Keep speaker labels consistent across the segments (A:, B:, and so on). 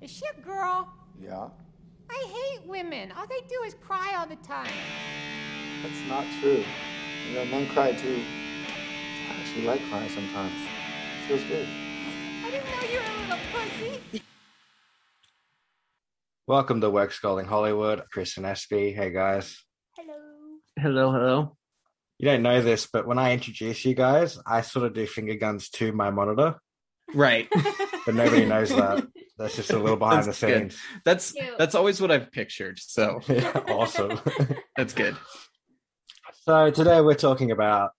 A: Is she a girl?
B: Yeah,
A: I hate women. All they do is cry all the time.
B: that's not true. You know, men cry too. I actually like crying sometimes. feels good.
A: I didn't know you were a little pussy.
B: Welcome to Wex Calling Hollywood. Chris and SB. Hey guys.
C: Hello, hello.
B: You don't know this, but when I introduce you guys, I sort of do finger guns to my monitor,
C: Right.
B: but nobody knows that. That's just a little behind
C: That's
B: the
C: good.
B: scenes.
C: That's
A: Cute.
C: that's always what I've pictured. So
B: awesome.
C: that's good.
B: So today we're talking about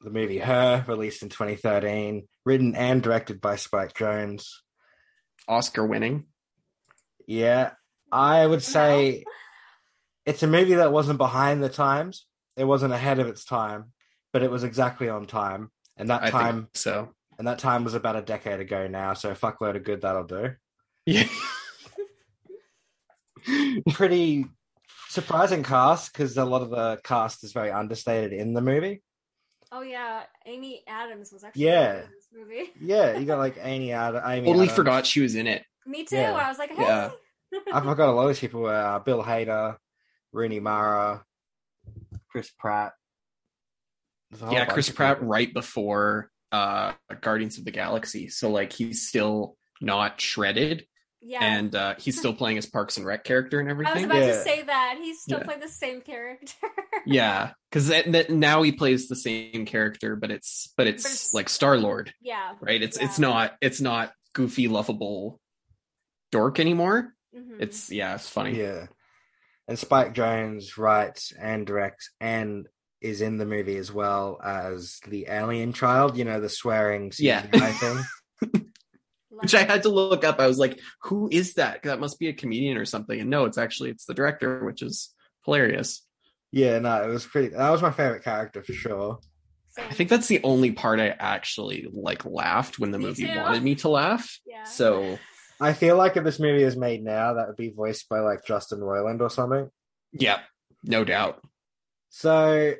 B: the movie Her, released in 2013, written and directed by Spike Jones.
C: Oscar winning.
B: Yeah, I would say it's a movie that wasn't behind the times. It wasn't ahead of its time, but it was exactly on time. And that
C: I
B: time,
C: think so.
B: and that time was about a decade ago now. So a fuckload of good that'll do.
C: Yeah.
B: Pretty surprising cast because a lot of the cast is very understated in the movie.
D: Oh yeah, Amy Adams was actually
B: Yeah.
D: in this movie.
B: Yeah, you got like Amy Ad- Amy
C: totally
B: Adams.
C: forgot she was in it.
D: Me too.
B: Yeah.
D: I was like, hey,
C: Yeah.
B: I forgot a lot of people were uh, Bill Hader, Rooney Mara, Chris Pratt. There's a whole
C: yeah,
B: bunch
C: Chris
B: of
C: Pratt
B: people.
C: right before uh Guardians of the Galaxy. So like he's still not shredded
D: yeah.
C: and uh he's still playing his Parks and Rec character and
D: I was
C: everything.
D: about
B: Yeah.
D: to say that he still
C: Yeah.
D: played the same character.
C: yeah. Cuz that, that now he plays the same character but it's but it's
D: There's-
C: like Star-Lord,
D: yeah.
C: right? It's it's
D: Yeah.
C: not it's not goofy lovable dork anymore.
D: Mhm.
C: It's yeah, it's funny.
B: Yeah. And Spike Jones writes and directs and is in the movie as well as the alien child, you know, the swearing
C: Yeah.
B: CGI thing.
D: Love
C: Which I
D: it.
C: had to look up. I was like, who is that? 'Cause That must be a comedian or something. And no, it's actually it's the director, which is hilarious.
B: Yeah, no, it was pretty that was my favorite character for sure.
D: Same.
C: I think that's the only part I actually like laughed when the
D: Me
C: movie
D: too.
C: wanted me to laugh.
D: Yeah.
C: So
B: I feel like if this movie is made now, that would be voiced by like Justin Roiland or something.
C: yeah, no doubt.
B: So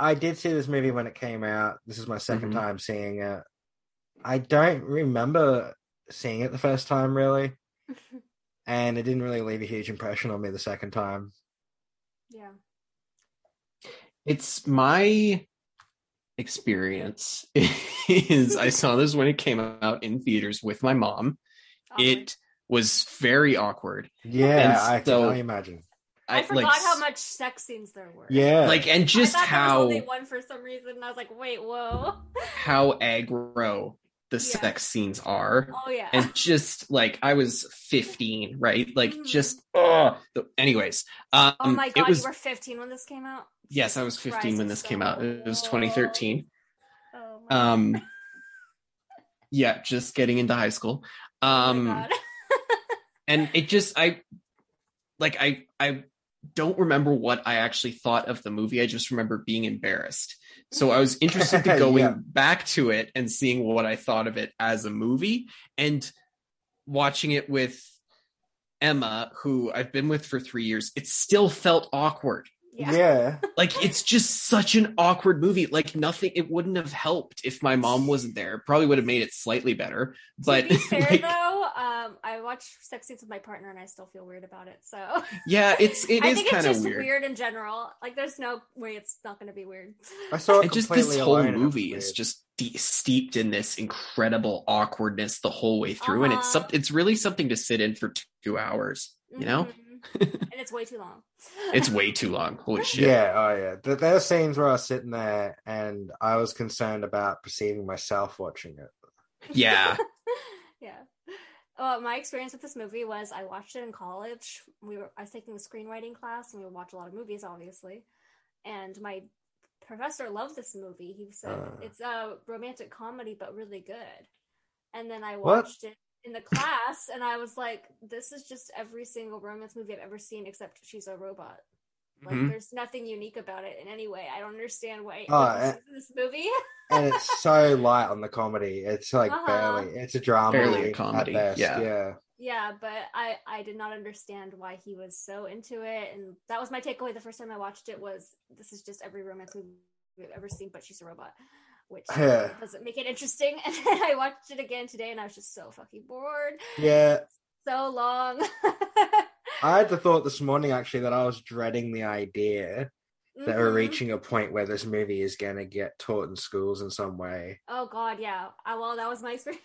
B: I did see this movie when it came out. This is my 2nd
C: Mhm.
B: time seeing it. I don't remember seeing it the first time really, and it didn't really leave a huge impression on me the second time.
D: yeah.
C: It's my experience is I saw this when it came out in theaters with my mom.
D: Awkward.
C: It was very awkward.
B: Yeah,
C: And
B: I can
C: so-
B: only imagine.
D: I, forgot
C: like,
D: how much sex scenes there were.
B: Yeah,
C: like and just
D: I thought
C: how
D: there was only one for some reason. And I was like, wait, whoa.
C: how aggro the
D: Yeah.
C: sex scenes are
D: Oh yeah.
C: and just like i was 15 right like
D: Mhm.
C: just ugh. The- anyways um
D: oh my
C: it
D: god,
C: was
D: you were 15 when this came out.
C: yes i was 15
D: Christ,
C: when
D: I'm
C: this
D: so
C: came out it was
D: old.
C: 2013
D: Oh my,
C: um yeah just getting into high school
D: oh
C: um
D: my god.
C: and it just i like i i don't remember what i actually thought of the movie i just remember being embarrassed so i was interested to going
B: Yeah.
C: back to it and seeing what i thought of it as a movie and watching it with emma who i've been with for three years it still felt awkward
B: yeah.
D: yeah.
C: like it's just such an awkward movie like nothing it wouldn't have helped if my mom wasn't there It probably would have made it slightly better but
D: to be fair
C: like,
D: though, um, I watch sex scenes with my partner and I still feel weird about it. So
C: yeah it's it
D: I
C: is
D: think it's
C: kind of
D: just
C: weird
D: in general. Like, there's no way it's not going to be weird.
B: I saw it
C: and just
B: completely
C: this whole
B: alone and it was
C: movie is
B: weird.
C: just de- steeped in this incredible awkwardness the whole way through and it's
D: Uh-huh.
C: some, it's really something to sit in for t- two hours
B: Mm-hmm.
C: you know
D: Mhm. and it's way too long.
C: it's way too long holy shit
B: yeah, oh yeah. Th- There are scenes where I was sitting there and I was concerned about perceiving myself watching it.
C: yeah
D: yeah. Uh, my experience with this movie was I watched it in college. We were I was taking a screenwriting class and we would watch a lot of movies, obviously. And my professor loved this movie. He said
B: Uh.
D: it's a romantic comedy, but really good. And then I
B: What?
D: watched it in the class, and I was like, "This is just every single romance movie I've ever seen, except she's a robot. Like,
B: Mm-hmm.
C: Mhm.
D: there's nothing unique about it in any way. I don't understand why
B: Oh,
D: everyone's into this movie."
B: And it's so light on the comedy. It's like
D: Uh-huh.
B: barely. It's a drama.
C: Barely a
B: movie at
C: comedy,
B: best,
C: yeah.
B: yeah.
D: Yeah, but I I did not understand why he was so into it, and that was my takeaway the first time I watched it was this is just every romance movie we've ever seen, but she's a robot, which
B: Yeah.
D: doesn't make it interesting. And then I watched it again today, and I was just so fucking bored.
B: Yeah.
D: so long.
B: I had the thought this morning actually that I was dreading the idea that
C: Mm-hmm.
B: we're
D: Mhm.
B: reaching a point where this movie is going to get taught in schools in some way.
D: Oh god, yeah. Uh, well, that was my experience.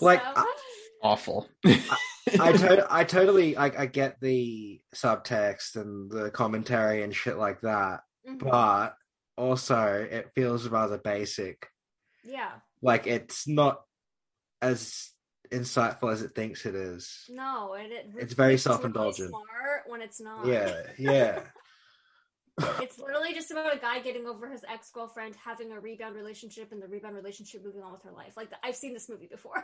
B: Like,
D: So-
B: I-
C: Awful.
B: I to- I totally I, I get the subtext and the commentary and shit like that,
D: Mhm.
B: but also it feels rather basic.
D: yeah,
B: Like it's not as insightful as it thinks it is.
D: no, and it,
B: It's very
D: really
B: self-indulgent.
D: smart when it's not.
B: Yeah, yeah.
D: it's literally just about a guy getting over his ex girlfriend, having a rebound relationship, and the rebound relationship moving on with her life. Like I've seen this movie before.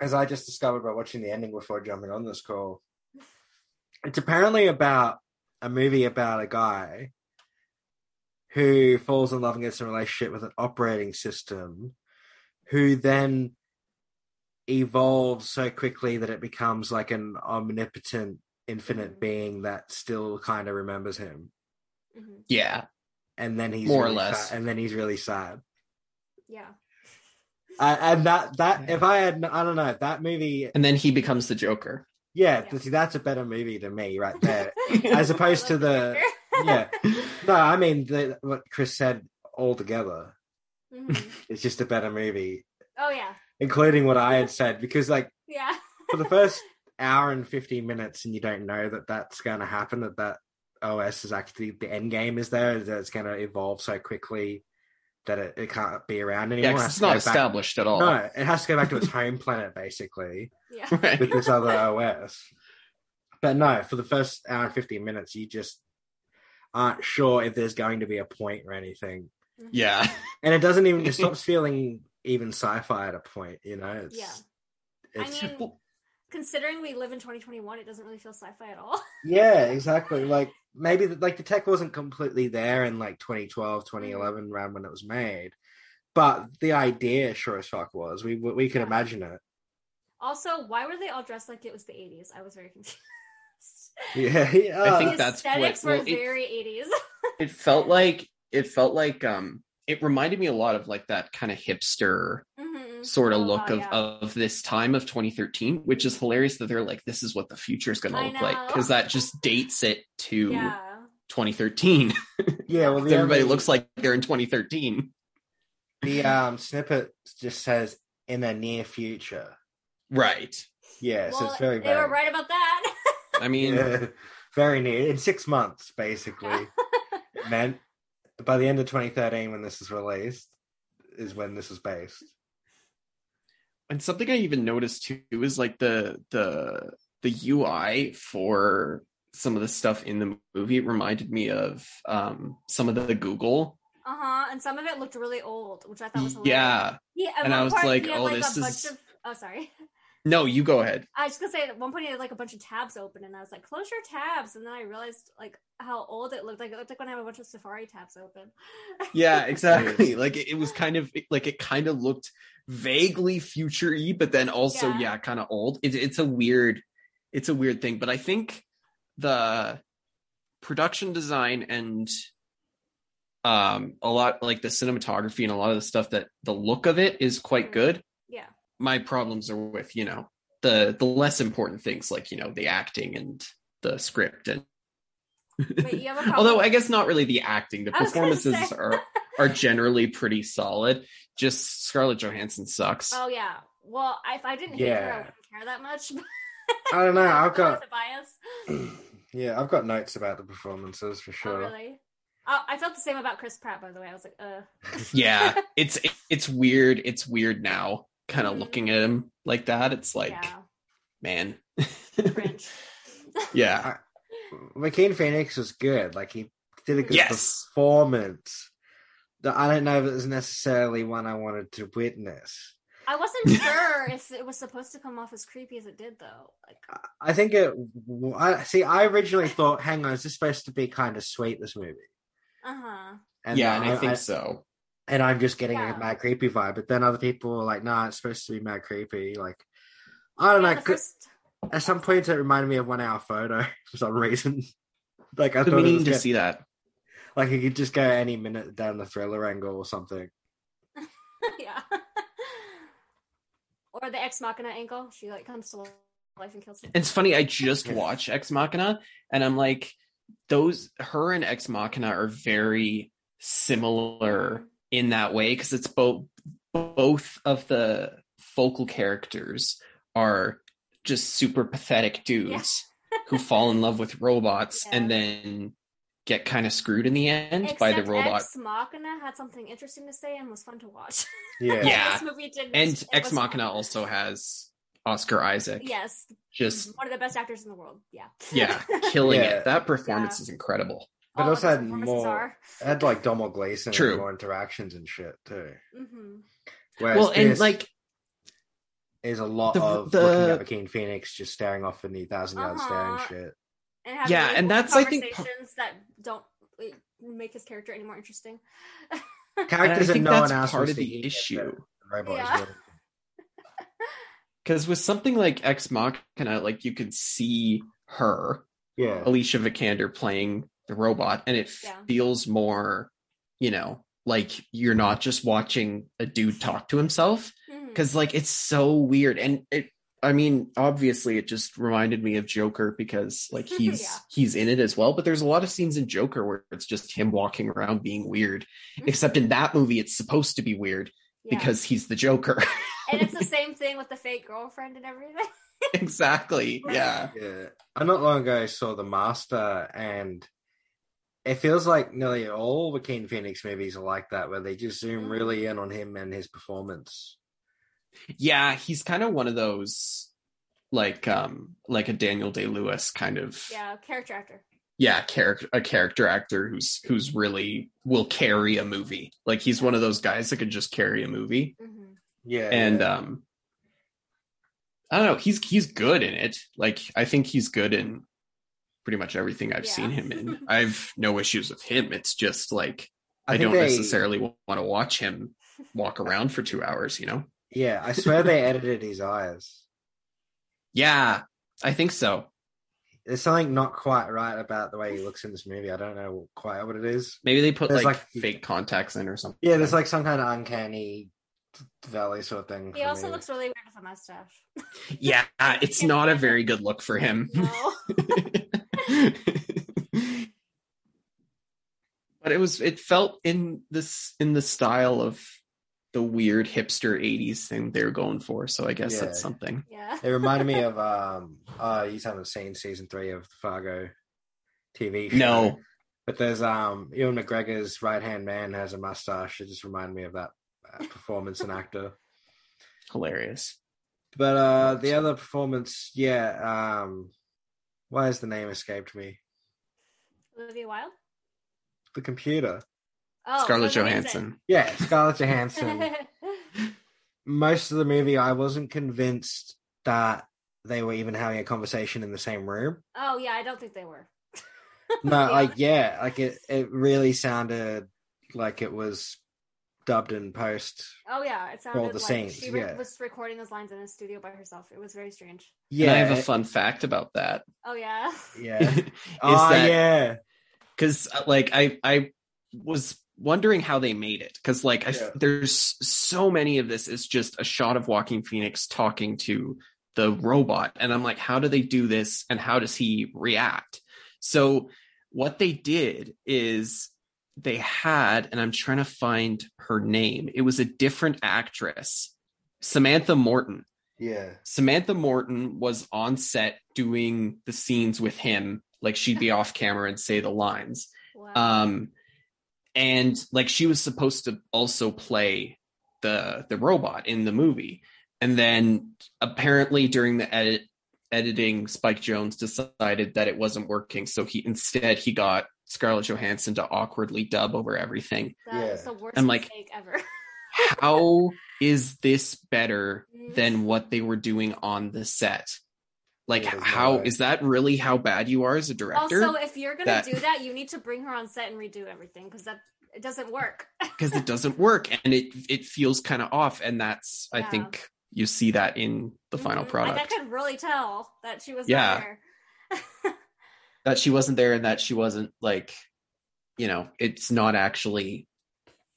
B: as I just discovered by watching the ending before jumping on this call, it's apparently about a movie about a guy who falls in love and gets in a relationship with an operating system who then evolves so quickly that it becomes like an omnipotent infinite
D: Mhm.
B: being that still kind of remembers him
D: Mhm.
C: yeah.
B: and then he's
C: More or
B: really
C: less.
B: sad- and then he's really sad
D: Yeah,
B: I, and that that if i had i don't know that movie
C: And then he becomes the Joker.
B: yeah,
D: Yeah.
B: See, that's a better movie to me right there as opposed to the yeah
D: Like
B: no i mean the, what chris said altogether
D: Mhm.
B: it's just a better movie
D: Oh yeah,
B: including what i had said because like
D: yeah.
B: for the first hour and 50 minutes and you don't know that that's going to happen that that os is actually the end game is there that it's going to evolve so quickly that it, it can't be around
C: Yeah,
B: anymore
C: 'cause
B: It has
C: it's
B: to go
C: not
B: back-
C: established at all.
B: no it has to go back to its home planet basically
D: yeah.
C: Right.
B: with this other OS. But no, for the first hour and 15 minutes, you just aren't sure if there's going to be a point or anything.
D: Mhm.
C: Yeah.
B: And it doesn't even, it stops feeling even sci fi at a point, you know? It's, It's,
D: I mean, considering we live in 2021, it doesn't really feel sci-fi at all.
B: yeah, exactly. Like maybe the, like the tech wasn't completely there in like 2012, 2011, around when it was made. But the idea, sure as fuck, was we we could
D: Yeah.
B: imagine it.
D: Also, why were they all dressed like it was the 80s? I was very confused.
B: Yeah, yeah.
C: I think
D: the
C: that's what-
D: aesthetics
C: well,
D: were
C: it-
D: very 80s.
C: It felt like it felt like um it reminded me a lot of like that kind of hipster
D: Mhm.
C: sort of
D: Oh,
C: look of,
D: yeah.
C: of this time of 2013, which is hilarious that they're like, this is what the future is going to
D: I
C: look like
D: know.
C: because that just dates it to
D: yeah.
C: 2013.
B: yeah, well, the
C: Everybody
B: only-
C: looks like they're in 2013.
B: the um snippet just says in the near future.
C: Right.
B: Yeah, so
D: Well,
B: it's very
D: they
B: vague.
D: were right about that.
C: I mean,
B: Yeah, very near in six months, basically. it meant by the end of 2013, when this is released, is when this is based.
C: and something I even noticed too is like the the the UI for some of the stuff in the movie it reminded me of um some of the Google.
D: uh huh. And some of it looked really old, which I thought was hilarious.
C: Yeah.
D: He, at
C: And
D: one
C: I was
D: part,
C: like,
D: he had,
C: oh,
D: like,
C: this
D: a
C: is-
D: Bunch of... Oh, sorry.
C: No, you go ahead.
D: I was just gonna say at one point he had like a bunch of tabs open, and I was like, "Close your tabs," and then I realized like how old it looked. Like it looked like when I had a bunch of Safari tabs open.
C: Yeah, exactly. like it, it was kind of like it kind of looked vaguely future y, but then also yeah,
D: Yeah.
C: kind of old. It, it's a weird, it's a weird thing. But I think the production design and um a lot like the cinematography and a lot of the stuff that the look of it is quite
D: Mhm.
C: good.
D: yeah.
C: My problems are with you know the the less important things like you know the acting and the script and
D: Wait, you have a problem?
C: Although I guess not really the acting. The
D: I was gonna
C: performances
D: say.
C: are are generally pretty solid. Just Scarlett Johansson sucks.
D: Oh yeah. Well, I- if I didn't hate her,
B: Yeah.
D: I wouldn't care that much.
B: I don't know. I've
D: That was
B: got
D: a bias.
B: yeah, I've got notes about the performances for
D: Oh
B: sure.
D: really? Oh, I felt the same about Chris Pratt, by the way. I was like, uh.
C: Yeah, it's it's weird. It's weird now, kind of
D: Mhm.
C: looking at him like that. It's like,
D: yeah,
C: man,
D: cringe.
C: yeah,
B: McKean Phoenix was good. Like he did a good
C: Yes.
B: performance. That I don't know if it was necessarily one I wanted to witness.
D: I wasn't sure if it was supposed to come off as creepy as it did, though. Like,
B: I think it. I see. I originally thought, "Hang on, is this supposed to be kind of sweet?" This movie,
D: uh huh.
C: yeah.
B: then
C: And I think so.
B: and I'm just getting
D: Yeah.
B: a mad creepy vibe. But then other people are like, "Nah, it's supposed to be mad creepy." Like, I don't know.
D: the
B: could-
D: first,
B: At some point, it reminded me of One Hour Photo for some reason. like I
C: But
B: thought,
C: we
B: it
C: need
B: was
C: to
B: gonna-
C: see that.
B: like it could just go any minute down the thriller angle or something.
D: yeah. or the ex machina angle. She like comes to Life and Kills. Me.
C: It's funny. I just
B: Yeah.
C: watched Ex Machina, and I'm like, those her and Ex Machina are very similar in that way because it's both both of the focal characters are just super pathetic dudes who fall in love with robots
D: Yeah.
C: and then get kind of screwed in the end
D: Except
C: by the robot.
D: Ex Machina had something interesting to say and was fun to watch.
B: Yeah.
C: Yeah.
D: this movie did.
C: and Ex Machina also has Oscar Isaac.
D: Yes,
C: Just
D: one of the best actors in the world. Yeah.
C: yeah, killing
B: Yeah.
C: it. That performance is incredible.
B: But
D: All
B: also
D: of
B: had
D: the performances
B: more-
D: Are.
B: It had like Domal Gleason
C: True.
B: and more interactions and shit too.
D: hmm
B: Whereas
C: well, and
B: this
C: like
B: is a lot
C: the-
B: of
C: the-
B: looking at Joaquin Phoenix just staring off in the thousand yard stare and
D: Uh-huh.
B: shit.
D: And have
C: Yeah,
D: really
C: and
D: cool
C: that's, I think, par-
D: conversations that don't like, make his character any more interesting.
C: and I
B: Characters that
C: think
B: no one
C: that's
B: else
C: part
B: wants
C: of
B: to
C: the
B: eat,
C: issue.
B: but the Robot is
D: Yeah.
B: really-
C: Because with something like Ex Machina, like you could see her,
B: yeah.
C: Alicia Vikander, playing the robot, and it
D: Yeah.
C: feels more, you know, like you're not just watching a dude talk to himself.
D: Mhm.
C: because like it's so weird and it i mean obviously it just reminded me of joker because like he's
D: Yeah.
C: he's in it as well but there's a lot of scenes in joker where it's just him walking around being weird except in that movie it's supposed to be weird
D: Yeah.
C: because he's the joker
D: and it's the same thing with the fake girlfriend and everything.
C: exactly yeah
B: Yeah. I not long ago saw The Master and it feels like nearly all Joaquin Phoenix movies are like that where they just zoom
D: Mhm.
B: really in on him and his performance.
C: yeah he's kind of one of those like um like a daniel day lewis kind of
D: Yeah, character actor.
C: yeah character a character actor who's who's really will carry a movie like he's one of those guys that could just carry a movie
D: hmm
B: Yeah.
C: and
B: yeah.
C: um i don't know he's he's good in it like i think he's good in pretty much everything i've
D: Yeah.
C: seen him in i've no issues with him it's just like i,
B: think
C: don't
B: they-
C: necessarily want to watch him walk around for two hours you know
B: Yeah, I swear they edited his eyes.
C: yeah i think so
B: There's something not quite right about the way he looks in this movie. I don't know quite what it is.
C: maybe they put
B: There's,
C: like,
B: like-
C: fake contacts in or something
B: Yeah, there's like some kind of uncanny valley sort of thing.
D: He
B: for
D: also
B: me.
D: looks really weird with a mustache.
C: yeah it's not a very good look for him
D: No.
C: but it was it felt in this in the style of the weird hipster 80s thing they're going for so i guess
B: Yeah.
C: that's something
D: yeah.
B: It reminded me of um uh you haven't seen season three of the Fargo TV show.
C: no
B: But there's um Ewan McGregor's right hand man has a mustache. It just reminded me of that uh, performance and actor.
C: hilarious
B: But uh the other performance, yeah, um why has the name escaped me?
D: Olivia Wilde.
B: The computer.
D: Oh,
C: scarlett
D: Liam Neeson.
C: johansson
B: Yeah, Scarlett Johansson. most of the movie I wasn't convinced that they were even having a conversation in the same room.
D: oh yeah, I don't think they were.
B: No,
D: Yeah.
B: like yeah, like it it really sounded like it was dubbed in post.
D: Oh yeah, it sounded
B: the
D: like
B: scenes,
D: she re-
B: yeah.
D: was recording those lines in a studio by herself. It was very strange.
C: yeah
B: Yeah.
C: and i have a fun fact about that
D: Oh yeah.
C: is
B: yeah. oh
C: that
B: yeah.
C: because uh, like i i was wondering how they made it because like I f
B: Yeah.
C: there's so many of this is just a shot of walking phoenix talking to the robot and i'm like how do they do this and how does he react so what they did is they had and i'm trying to find her name it was a different actress samantha morton
B: Yeah.
C: Samantha Morton was on set doing the scenes with him. Like she'd be off camera and say the lines.
D: Wow.
C: Um, and like she was supposed to also play the the robot in the movie. And then apparently during the edit editing, Spike Jones decided that it wasn't working. So he instead he got Scarlett Johansson to awkwardly dub over everything.
D: that
B: yeah.
D: was the worst
C: I'm like-
D: mistake ever.
C: How is this better than what they were doing on the set. Like,
B: Yeah, there's no
C: how
B: way.
C: is that really how bad you are as a
D: also,
C: director?
D: if you're gonna
C: that-
D: do that, you need to bring her on set and redo everything because that it doesn't work.
C: Because it doesn't work, and it it feels kind of off. And that's I
D: Yeah.
C: think you see that in the final
D: Mhm.
C: product
D: Like I could really tell that she was
C: Yeah.
D: not there.
C: that she wasn't there, and that she wasn't like, you know, it's not actually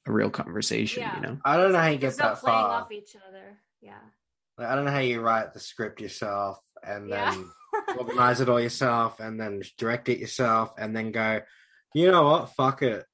C: a real conversation.
D: Yeah.
C: You know,
B: I don't know how you get
D: There's no
B: that
D: playing
B: far.
D: off each other. Yeah.
B: Like, I don't know how you write the script yourself and
D: Yeah.
B: then organize it all yourself and then direct it yourself and then go, you know what? Fuck it.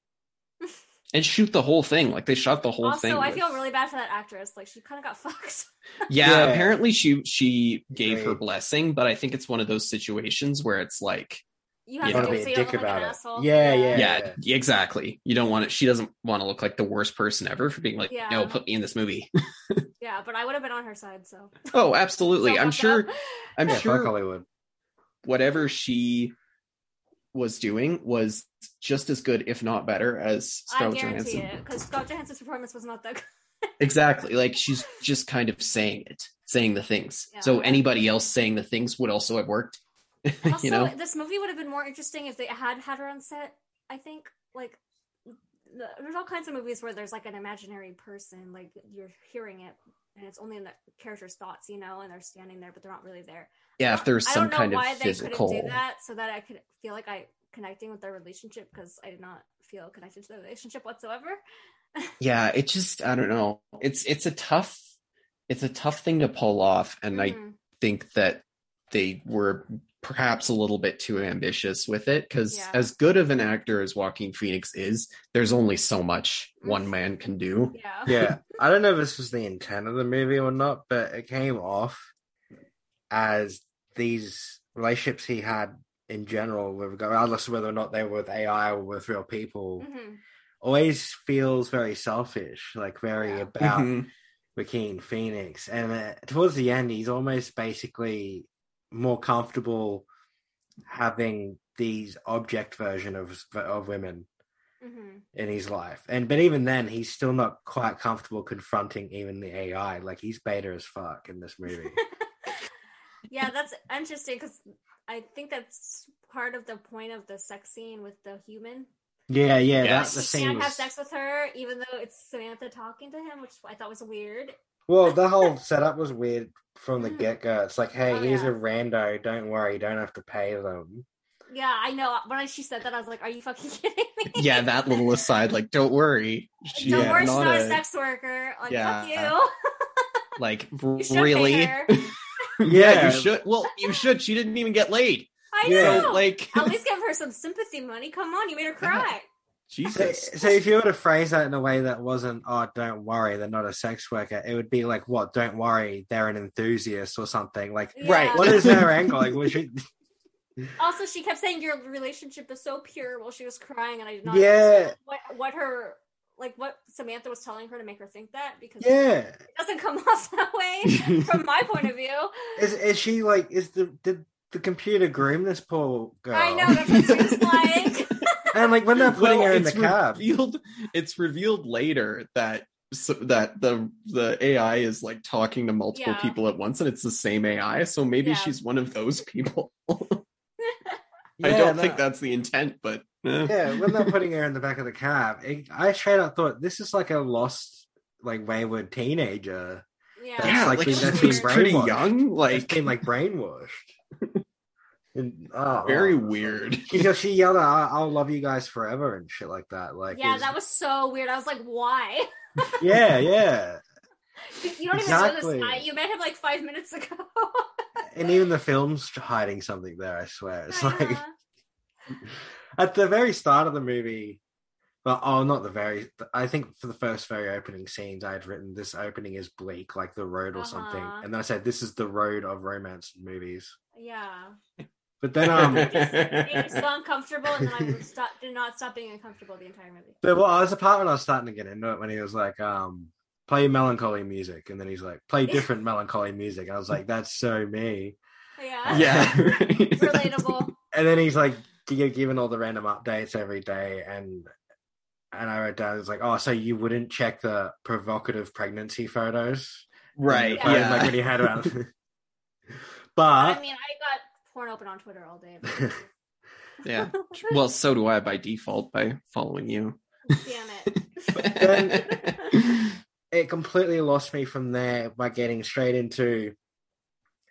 C: and shoot the whole thing. Like they shot the whole
D: also,
C: thing.
D: I
C: with-
D: feel really bad for that actress. Like she kind of got fucked.
C: Yeah,
B: Yeah.
C: apparently she she gave her
B: Right.
C: blessing, but I think it's one of those situations where it's like,
D: You
C: Yeah.
D: have
B: You want
D: to
B: to
D: do
B: be
D: it so
B: a
D: you don't
B: dick
D: look like
B: about
D: an
B: it.
D: asshole.
B: Yeah, yeah,
C: yeah, exactly. You don't want it. She doesn't want to look like the worst person ever for being like,
D: Yeah.
C: no, put me in this movie.
D: Yeah, but I would have been on her side. So
C: oh, absolutely.
D: So
C: I'm
D: fucked
C: sure.
D: up.
C: I'm
B: yeah, fuck
C: sure
B: Hollywood.
C: whatever she was doing was just as good, if not better, as
D: I
C: Scarlett
D: guarantee
C: Johansson.
D: it because Scott Johansson's performance was not that good.
C: Exactly. Like she's just kind of saying it, saying the things.
D: Yeah.
C: So anybody else saying the things would also have worked.
D: Also,
C: you know,
D: this movie would have been more interesting if they had had her on set. I think like the, there's all kinds of movies where there's like an imaginary person, like you're hearing it, and it's only in the character's thoughts, you know, and they're standing there, but they're not really there.
C: yeah, if there's
D: I
C: some
D: don't know
C: kind of
D: why they couldn't
C: physical.
D: do that so that I could feel like I connecting with their relationship because I did not feel connected to the relationship whatsoever.
C: Yeah, it just I don't know. It's it's a tough it's a tough thing to pull off, and I
D: Mhm.
C: think that they were perhaps a little bit too ambitious with it because
D: Yeah.
C: as good of an actor as Joaquin Phoenix is, there's only so much
D: Mm-hmm.
C: one man can do.
D: yeah.
B: Yeah. I don't know if this was the intent of the movie or not, but it came off as these relationships he had in general, with- regardless of whether or not they were with AI or with real people,
D: hmm
B: always feels very selfish, like very
D: Yeah.
B: about
C: Mhm.
B: Joaquin Phoenix, and uh, towards the end, he's almost basically more comfortable having these object version of of women
D: hmm
B: in his life, and but even then, he's still not quite comfortable confronting even the AI. Like he's beta as fuck in this movie.
D: yeah, that's interesting because I think that's part of the point of the sex scene with the human.
B: yeah, yeah,
C: Yes.
B: that's the
D: he can't
B: scene.
D: have
B: was-
D: sex with her, even though it's Samantha talking to him, which I thought was weird.
B: Well, the whole setup was weird from the
D: Mhm.
B: get go. It's like, hey,
D: Oh,
B: here's
D: yeah.
B: a rando. Don't worry, you don't have to pay them.
D: Yeah, I know. When I- she said that, I was like, "Are you fucking kidding me?"
C: Yeah, that little aside, like don't worry, she's
D: Don't
B: yeah,
D: worry, she's
C: not
D: not a
C: a-
D: sex worker. Like,
C: Yeah.
D: fuck you.
C: like
D: You should pay
C: really.
D: her.
B: Yeah.
C: you should. Well, you should. She didn't even get laid.
D: I
B: Yeah.
D: know.
C: So, like,
D: At least give her some sympathy money. Come on, you made her cry.
B: So,
C: Jesus.
B: so if you were to phrase that in a way that wasn't, oh, don't worry, they're not a sex worker, it would be like, what, don't worry, they're an enthusiast or something. Like,
C: Right.
B: what is their angle? Like, was she...
D: Also, she kept saying your relationship is so pure while she was crying, and I did not
B: Yeah.
D: understand what what her like what Samantha was telling her to make her think that because
B: Yeah.
D: it doesn't come off that way from my point of view.
B: Is, is she like, is the, did the computer groom this poor girl?
D: I know that's what she was like.
B: And like, when they're putting
C: Well,
B: her in the
C: it's
B: cab,
C: Revealed, it's revealed later that so, that the the AI is like talking to multiple
D: Yeah.
C: people at once, and it's the same AI. So maybe
D: Yeah.
C: she's one of those people. I
B: Yeah,
C: don't
B: no.
C: think that's the intent, but eh.
B: Yeah, when they're putting her in the back of the cab, it, I straight up thought this is like a lost, like wayward teenager.
D: Yeah,
B: That's
C: yeah,
B: like
C: like,
B: being- that's
C: she
B: being
C: was pretty
B: brainwashed.
C: young,
B: Like,
C: like
B: been like brainwashed. And, oh,
C: very
B: oh.
C: weird.
B: She just- she yelled, out, "I- "I'll love you guys forever" and shit like that. Like,
D: yeah,
B: it's-
D: that was so weird. I was like, why?
B: yeah, yeah.
D: You don't even
B: Exactly.
D: know this guy. You met him like five minutes ago.
B: And even the film's hiding something there. I swear, it's like
D: Yeah.
B: at the very start of the movie. Well, oh, not the very. I think for the first very opening scenes, I had written this opening is bleak, like the road or something,
D: Uh-huh.
B: and then I said this is the road of romance movies.
D: yeah.
B: But then, um,
D: It was so uncomfortable, and then I would stop, did not stop being uncomfortable the entire movie.
B: There well, was a part when I was starting to get into it when he was like, um, play melancholy music. And then he's like, play different melancholy music. And I was like, that's so me.
D: Yeah.
C: yeah,
D: It's relatable.
B: And then he's like, gi- given all the random updates every day. And and I wrote down, it's like, oh, so you wouldn't check the provocative pregnancy photos?
C: right.
B: Like,
C: Yeah.
B: Like when you had about.
D: I
B: but
D: mean, I got porn open on Twitter all day. but-
C: Yeah. Well, so do I by default by following you.
D: Damn it.
B: it completely lost me from there by getting straight into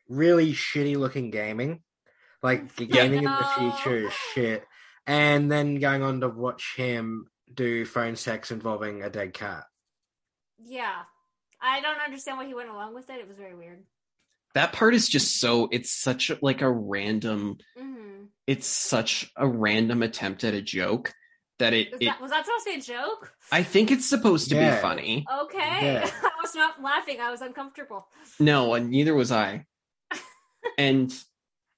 B: really shitty looking gaming. Like the
D: Yeah.
B: gaming in
D: No.
B: the future is shit. And then going on to watch him do phone sex involving a dead cat.
D: Yeah. I don't understand why he went along with it. It was very weird.
C: that part is just so it's such like a random
D: Mm-hmm.
C: it's such a random attempt at a joke that it,
D: Was,
C: it
D: that, was that supposed to be a joke?
C: I think it's supposed to
B: Yeah.
C: be funny.
D: Okay.
B: Yeah.
D: I was not laughing. I was uncomfortable.
C: No, and neither was I. and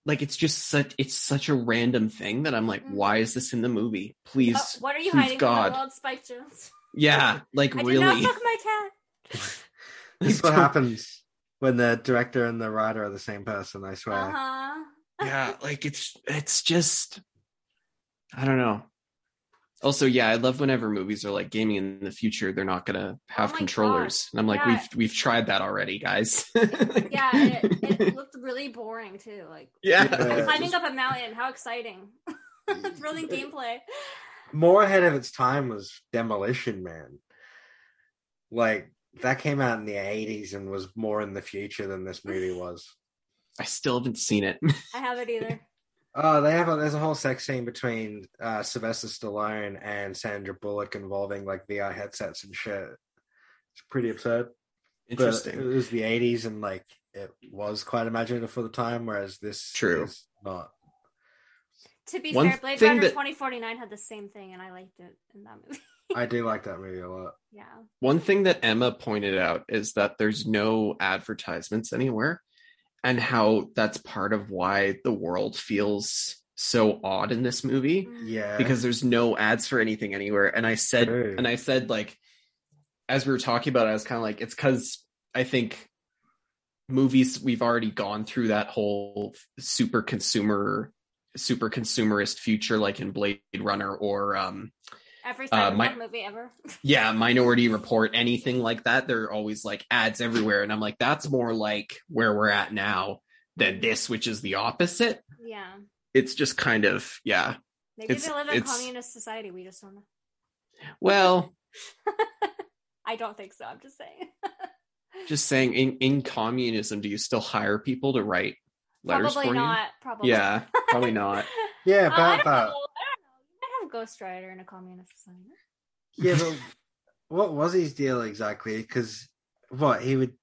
C: like it's just such it's such a random thing that I'm like,
D: Mhm.
C: why is this in the movie? Please,
D: Oh, what are you
C: please
D: hiding from
C: God.
D: the world, Spike Jones?
C: yeah, like
D: I did not
C: really.
D: fuck my cat.
B: That's what
C: So-
B: happens when the director and the writer are the same person. I swear.
D: Uh huh.
C: yeah, like it's it's just I don't know. Also, yeah, I love whenever movies are like gaming in the future, they're not gonna have
D: Oh my
C: controllers. And I'm like,
D: Yeah.
C: we've we've tried that already, guys.
D: Yeah, it, it looked really boring too. Like
C: yeah.
B: Yeah.
D: I'm climbing up a mountain. How exciting! Thrilling
C: Mm-hmm.
D: gameplay.
B: More ahead of its time was Demolition Man. Like that came out in the '80s and was more in the future than this movie was.
C: I still haven't seen it.
D: I haven't either.
B: Oh, they have a, there's a whole sex scene between uh, Sylvester Stallone and Sandra Bullock involving like VR headsets and shit. It's pretty absurd. But it
C: Interesting.
B: was the '80s and like it was quite imaginative for the time, whereas this
C: True.
B: is not.
D: To be
C: One
D: fair, Blade
C: thing
D: Runner
C: that-
D: 2049 had the same thing, and I liked it in that movie.
B: I do like that movie a lot.
D: Yeah.
C: One thing that Emma pointed out is that there's no advertisements anywhere and how that's part of why the world feels so odd in this movie
D: Mm.
B: Yeah,
C: because there's no ads for anything anywhere and I said
B: True.
C: and I said like as we were talking about it, I was kind of like it's cuz I think movies we've already gone through that whole super consumer super consumerist future like in Blade Runner or um
D: Every
C: Uh,
D: time
C: my-
D: movie ever.
C: yeah minority report anything like that there are always like ads everywhere and i'm like that's more like where we're at now than this which is the opposite
D: Yeah.
C: it's just kind of yeah
D: Maybe
C: It's-
D: they live in a
C: it's-
D: communist society. We just don't know.
C: well
D: I don't think so. I'm just saying.
C: just saying in, in communism do you still hire people to write letters
D: probably
C: for
D: not. Probably.
C: you yeah probably not
B: yeah,
D: Uh, I
B: about
D: don't know. I
B: that.
D: don't know. You might have a ghostwriter in a communist society.
B: Yeah, but what was his deal exactly? Because what he would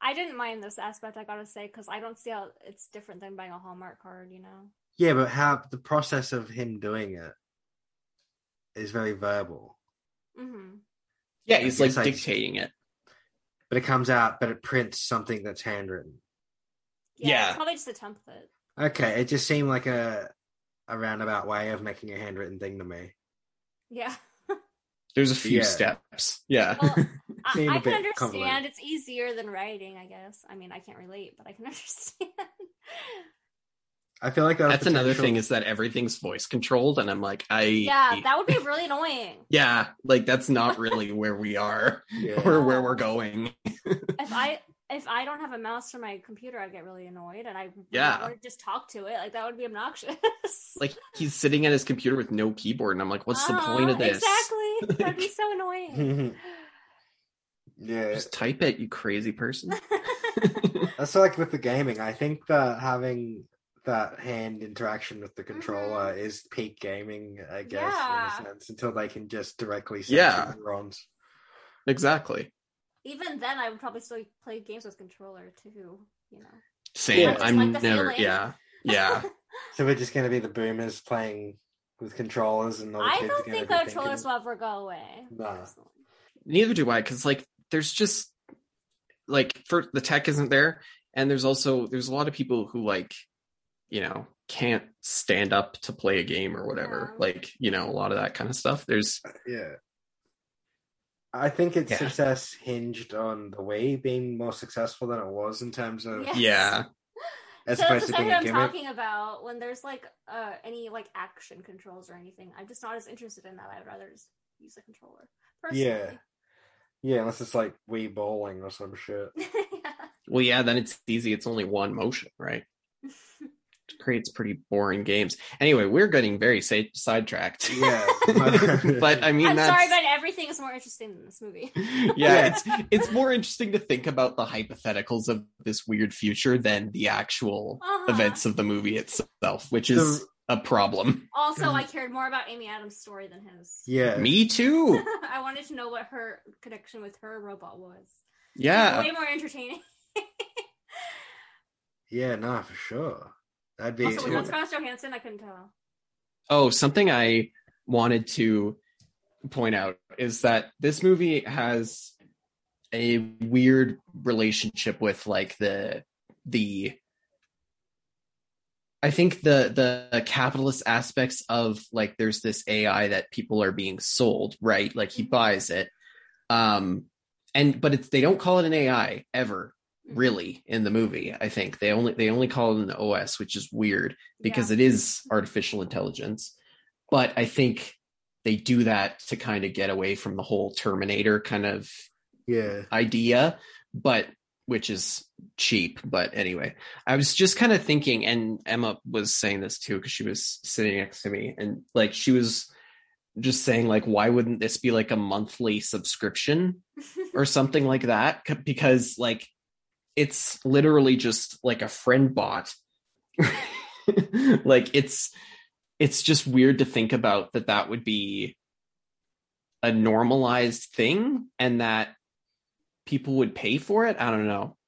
D: I didn't mind this aspect, I gotta say, because I don't see how it's different than buying a Hallmark card, you know?
B: Yeah, but how the process of him doing it is very verbal,
D: hmm
C: yeah he's
B: I
C: like
B: guess I just-
C: dictating it
B: but it comes out, but it prints something that's handwritten.
C: Yeah.
D: It's probably just a template.
B: Okay, it just seemed like a a roundabout way of making a handwritten thing to me.
D: Yeah.
C: there's a few
B: Yeah.
C: steps yeah
D: Well, I,
B: Being a
D: I
B: bit
D: can understand.
B: convoluted.
D: It's easier than writing, I guess. I mean, I can't relate, but I can understand.
B: I feel like that was
C: that's another
B: potential-
C: thing is that everything's voice controlled and i'm like i
D: yeah, that would be really annoying.
C: yeah like that's not really where we are
B: Yeah.
C: or where we're going
D: If I. If I don't have a mouse for my computer, I'd get really annoyed, and I
C: Yeah.
D: would just talk to it. Like that would be obnoxious.
C: like he's sitting at his computer with no keyboard and i'm like what's the point of
D: Uh-huh,
C: this
D: Exactly, that'd be so annoying.
B: yeah,
C: just type it you crazy person
B: that's like with the gaming. I think that having that hand interaction with the controller is peak gaming, I guess,
D: Mm-hmm. Yeah.
B: in a sense, until they can just directly
C: Yeah.
B: yeah. neurons.
C: exactly
D: Even then, I would probably still play games with controller too. You know.
C: same
B: Yeah. I just
C: i'm
D: like the
C: never
D: feeling.
C: yeah yeah
B: So we're just going to be the boomers playing with controllers and all the
D: I
B: kids
D: don't
B: are gonna
D: think
B: be
D: controllers
B: thinking-
D: will ever go away.
B: Nah.
D: personally.
C: neither do i because like there's just like for the tech isn't there and there's also there's a lot of people who like you know can't stand up to play a game or whatever
D: Yeah.
C: like you know a lot of that kind of stuff there's
B: Yeah. I think its
C: Yeah.
B: success hinged on the Wii being more successful than it was in terms of
D: Yeah. Yes.
C: yeah
B: as
D: so
B: opposed
D: that's
B: to
D: exactly
B: being a
D: what I'm
B: gimmick.
D: talking about. When there's like uh, any like action controls or anything, I'm just not as interested in that. I'd rather just use a controller. Personally.
B: Yeah, unless it's like Wii bowling or some shit.
D: Yeah.
C: Well, yeah, then it's easy. It's only one motion, right? It creates pretty boring games. Anyway, we're getting very sa- sidetracked.
B: Yeah.
C: but I mean,
D: I'm
C: that's
D: sorry, but everything is more interesting than this movie.
C: yeah,
B: Yeah.
C: it's it's more interesting to think about the hypotheticals of this weird future than the actual
D: Uh-huh.
C: events of the movie itself, which is
B: The-
C: a problem.
D: Also, I cared more about Amy Adams' story than his.
B: yeah.
C: Me too.
D: I wanted to know what her connection with her robot was.
C: Yeah,
D: Way more entertaining.
B: Yeah, nah, for sure. That'd be.
C: Also,
D: Also,
C: Yeah.
D: what's Scarlett Johansson? I couldn't tell.
C: Oh, something I wanted to point out is that this movie has a weird relationship with like the the I think the the capitalist aspects of like there's this AI that people are being sold, right? Like he buys it. Um and but it's they don't call it an AI ever really in the movie, I think. They only they only call it an OS, which is weird because it is artificial intelligence. But I think they do that to kind of get away from the whole Terminator kind of
B: Yeah.
C: idea, but which is cheap. But anyway, I was just kind of thinking, and Emma was saying this too because she was sitting next to me, and like she was just saying like why wouldn't this be like a monthly subscription or something like that C- because like it's literally just like a friend bot like it's it's just weird to think about that that would be a normalized thing and that people would pay for it i don't know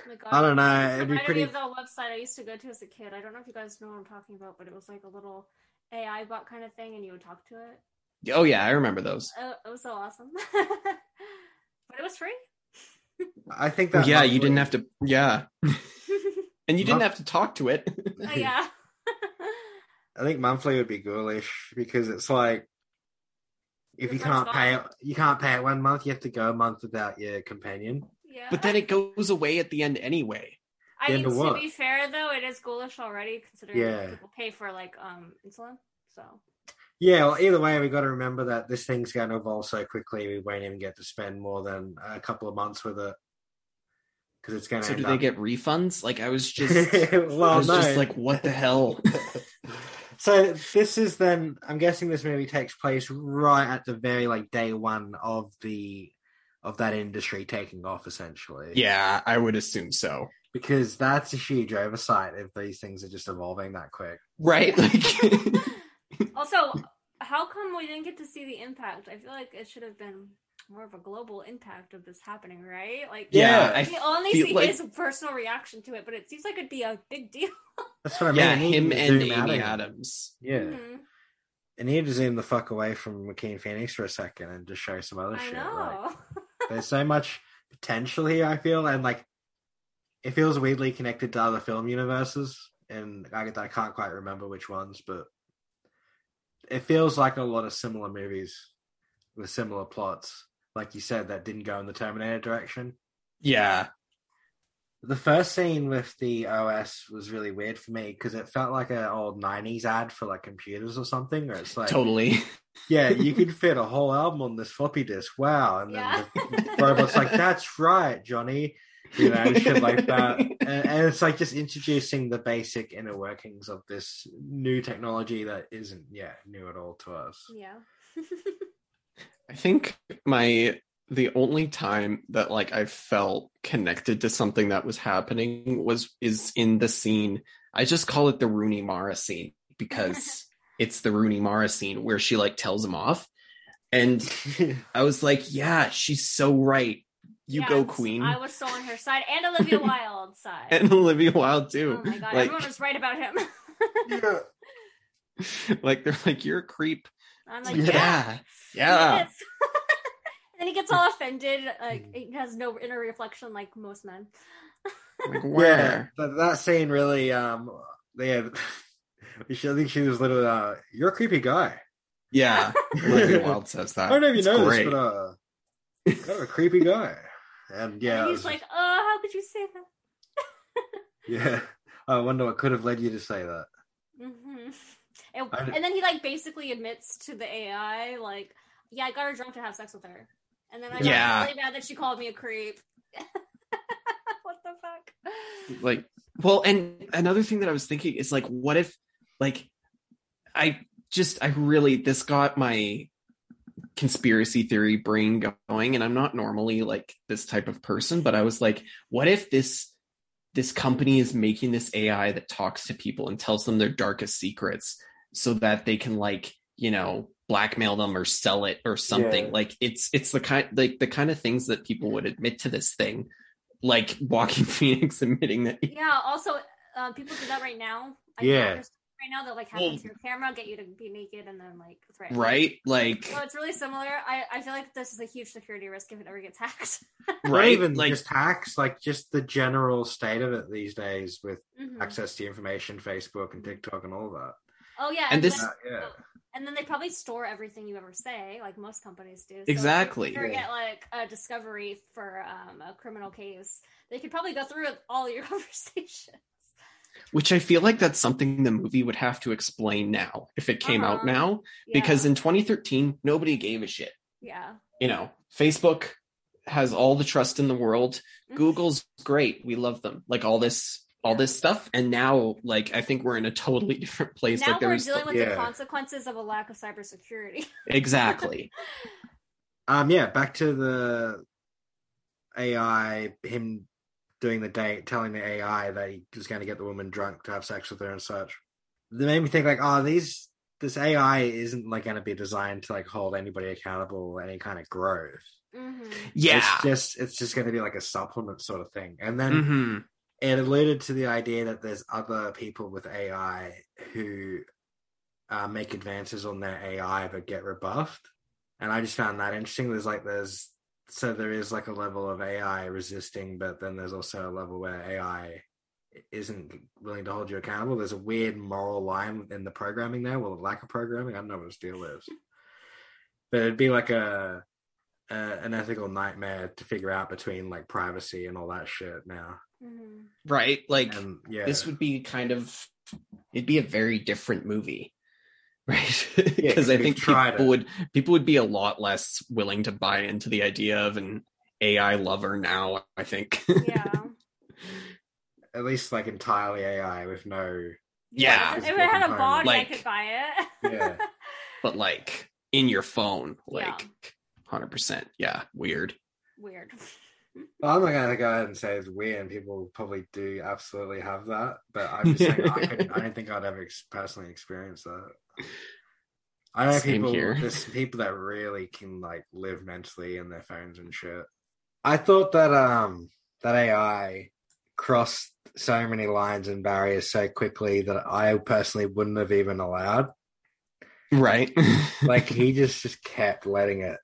D: Oh my God.
B: I don't know.
D: It
B: It'd be
D: reminded
B: pretty.
D: me of the website I used to go to as a kid. I don't know if you guys know what I'm talking about, but it was like a little AI bot kind of thing, and you would talk to it.
C: oh yeah i remember those
D: Oh, it was so awesome. but it was free.
B: I think that.
C: yeah you didn't have to yeah and you didn't
B: Month-
C: have to talk to it
D: oh, yeah.
B: I think monthly would be ghoulish because it's like if you
D: It's
B: can't
D: like
B: pay it,
D: five.
B: you can't pay it one month. You have to go a month without your companion.
D: yeah.
C: but then it goes away at the end anyway
D: I
B: then
D: mean,
B: to
D: to
B: what?
D: be fair though, it is ghoulish already considering
B: Yeah.
D: people pay for like um insulin. So
B: Yeah. Well, either way, we got to remember that this thing's going to evolve so quickly. We won't even get to spend more than a couple of months with it because it's going to.
C: so do
B: end
C: they
B: up-
C: get refunds like i was just
B: well,
C: I was
B: no.
C: just like, what the hell?
B: so this is then. I'm guessing this movie takes place right at the very like day one of the of that industry taking off, essentially.
C: yeah, I would assume so.
B: because that's a huge oversight if these things are just evolving that quick.
C: Right? Like,
D: also, how come we didn't get to see the impact? I feel like it should have been more of a global impact of this happening, right? Like
C: yeah,
B: Yeah.
C: I
D: we only
C: feel
D: see
C: like-
D: his personal reaction to it, but it seems like it'd be a big deal.
B: That's what I
C: yeah,
B: mean. It
C: him
B: needed to
C: and
B: zoom out
C: Amy
B: again.
C: Adams.
B: Yeah,
D: Mhm.
B: and he had to zoom the fuck away from McKean Phoenix for a second and just show some other
D: I
B: shit. Like,
D: know.
B: there's so much potential here. I feel and like it feels weirdly connected to other film universes, and I I can't quite remember which ones, but it feels like a lot of similar movies with similar plots. Like you said, that didn't go in the Terminator direction.
C: Yeah,
B: The first scene with the OS was really weird for me because it felt like an old '90s ad for like computers or something. Where it's like,
C: totally.
B: yeah, you could fit a whole album on this floppy disk. Wow! And then the
D: yeah.
B: robot's like, "That's right, Johnny," you know, and shit like that. And, and it's like just introducing the basic inner workings of this new technology that isn't yet new at all to us.
D: yeah.
C: I think my the only time that like I felt connected to something that was happening was is in the scene. I just call it the Rooney Mara scene because it's the Rooney Mara scene where she like tells him off. And I was like, yeah, she's so right. You
D: Yeah, I
C: go
D: was-
C: queen.
D: I was so on her side and Olivia Wilde's side.
C: and Olivia Wilde too.
D: oh my
C: like,
D: god, everyone was right about him.
B: yeah.
C: like they're like you're a creep.
D: I'm
C: It's
D: like,
C: Like,
D: Uh-huh. Uh, yeah.
C: yeah, yeah,
D: Yes. and then he gets all offended. Like
B: Mm.
D: he has no inner reflection, like most men.
C: like
B: Yeah,
C: where?
B: but that scene really, um, yeah, she, I think she was literally, uh, you're a creepy guy.
C: Yeah, Olivia Wilde says that.
B: I don't know if you
C: It's
B: know
C: great.
B: this, but uh, kind of a creepy guy. And yeah,
D: and
B: it
D: he's
B: was-
D: like, "Oh, how could you say that?"
B: yeah. I wonder what could have led you to say that.
D: hmm And,
B: I-
D: and then he like basically admits to the AI, like, "Yeah, I got her drunk to have sex with her." And then I
C: Yeah.
D: got really mad that she called me a creep. what the fuck?
C: like well and another thing that i was thinking is like what if like i just i really this got my conspiracy theory brain going and i'm not normally like this type of person but i was like what if this this company is making this ai that talks to people and tells them their darkest secrets so that they can like you know blackmail them or sell it or something
B: Yeah.
C: like it's it's the kind like the kind of things that people would admit to this thing like Walking Phoenix admitting that.
D: Yeah. Also, uh, people do that right now. I
B: Yeah.
D: understand Right now, they'll like hack
C: Well-
D: into your camera, get you to be naked, and then like threaten. you.
C: Right, like,
D: So it's really similar. I, I feel like this is a huge security risk if it ever gets hacked.
B: Not
C: right,
B: even
C: like,
B: just hacks, like just the general state of it these days with
D: Mhm.
B: access to information, Facebook and TikTok and all that.
D: Oh yeah,
C: And this-
D: then-
B: Uh, yeah.
D: and then they probably store everything you ever say, like most companies do. So
C: Exactly.
D: If you ever get like a discovery for um, a criminal case, they could probably go through all your conversations.
C: which I feel like that's something the movie would have to explain now if it came out
D: Uh-huh.
C: now,
D: Yeah.
C: because in 2013 nobody gave a shit.
D: yeah,
C: You know, Facebook has all the trust in the world.
D: Mm-hmm.
C: Google's great. We love them. Like all this, all this stuff. And now, like, I think we're in a totally different place.
D: now
C: like
D: we're
C: there's
D: dealing with
B: Yeah.
D: the consequences of a lack of cybersecurity.
C: exactly
B: Um, yeah, back to the AI, him doing the date, telling the AI that he was going to get the woman drunk to have sex with her and such. They made me think like, oh, these this AI isn't like going to be designed to like hold anybody accountable any kind of growth.
D: Mhm.
C: yeah.
B: It's just it's just going to be like a supplement sort of thing. And then
C: hmm
B: it alluded to the idea that there's other people with AI who uh, make advances on their AI but get rebuffed, and I just found that interesting. There's like there's so there is like a level of AI resisting, but then there's also a level where AI isn't willing to hold you accountable. There's a weird moral line in the programming there, well, the lack of programming. I don't know what its deal is, but it'd be like a, a an ethical nightmare to figure out between like privacy and all that shit now.
D: Mhm.
C: Right. Like
B: Um, yeah,
C: this would be kind of, it'd be a very different movie. Right. Because I
B: we've
C: think
B: tried
C: people
B: it.
C: would, people would be a lot less willing to buy into the idea of an AI lover now, I think.
D: Yeah.
B: at least like entirely AI with no.
C: Yeah.
D: If it had a body,
C: Like-
D: I could buy it.
B: Yeah.
C: but like in your phone,
D: Yeah.
C: like 100%. Yeah. Weird.
D: Weird.
B: Well, I'm not going to go ahead and say it's weird, and people probably do absolutely have that. But I'm just saying, I, couldn't, I don't think I'd ever ex- personally experience that. I know
C: Same
B: people.
C: here.
B: There's people that really can like live mentally in their phones and shit. I thought that um that AI crossed so many lines and barriers so quickly that I personally wouldn't have even allowed.
C: Right.
B: like he just just kept letting it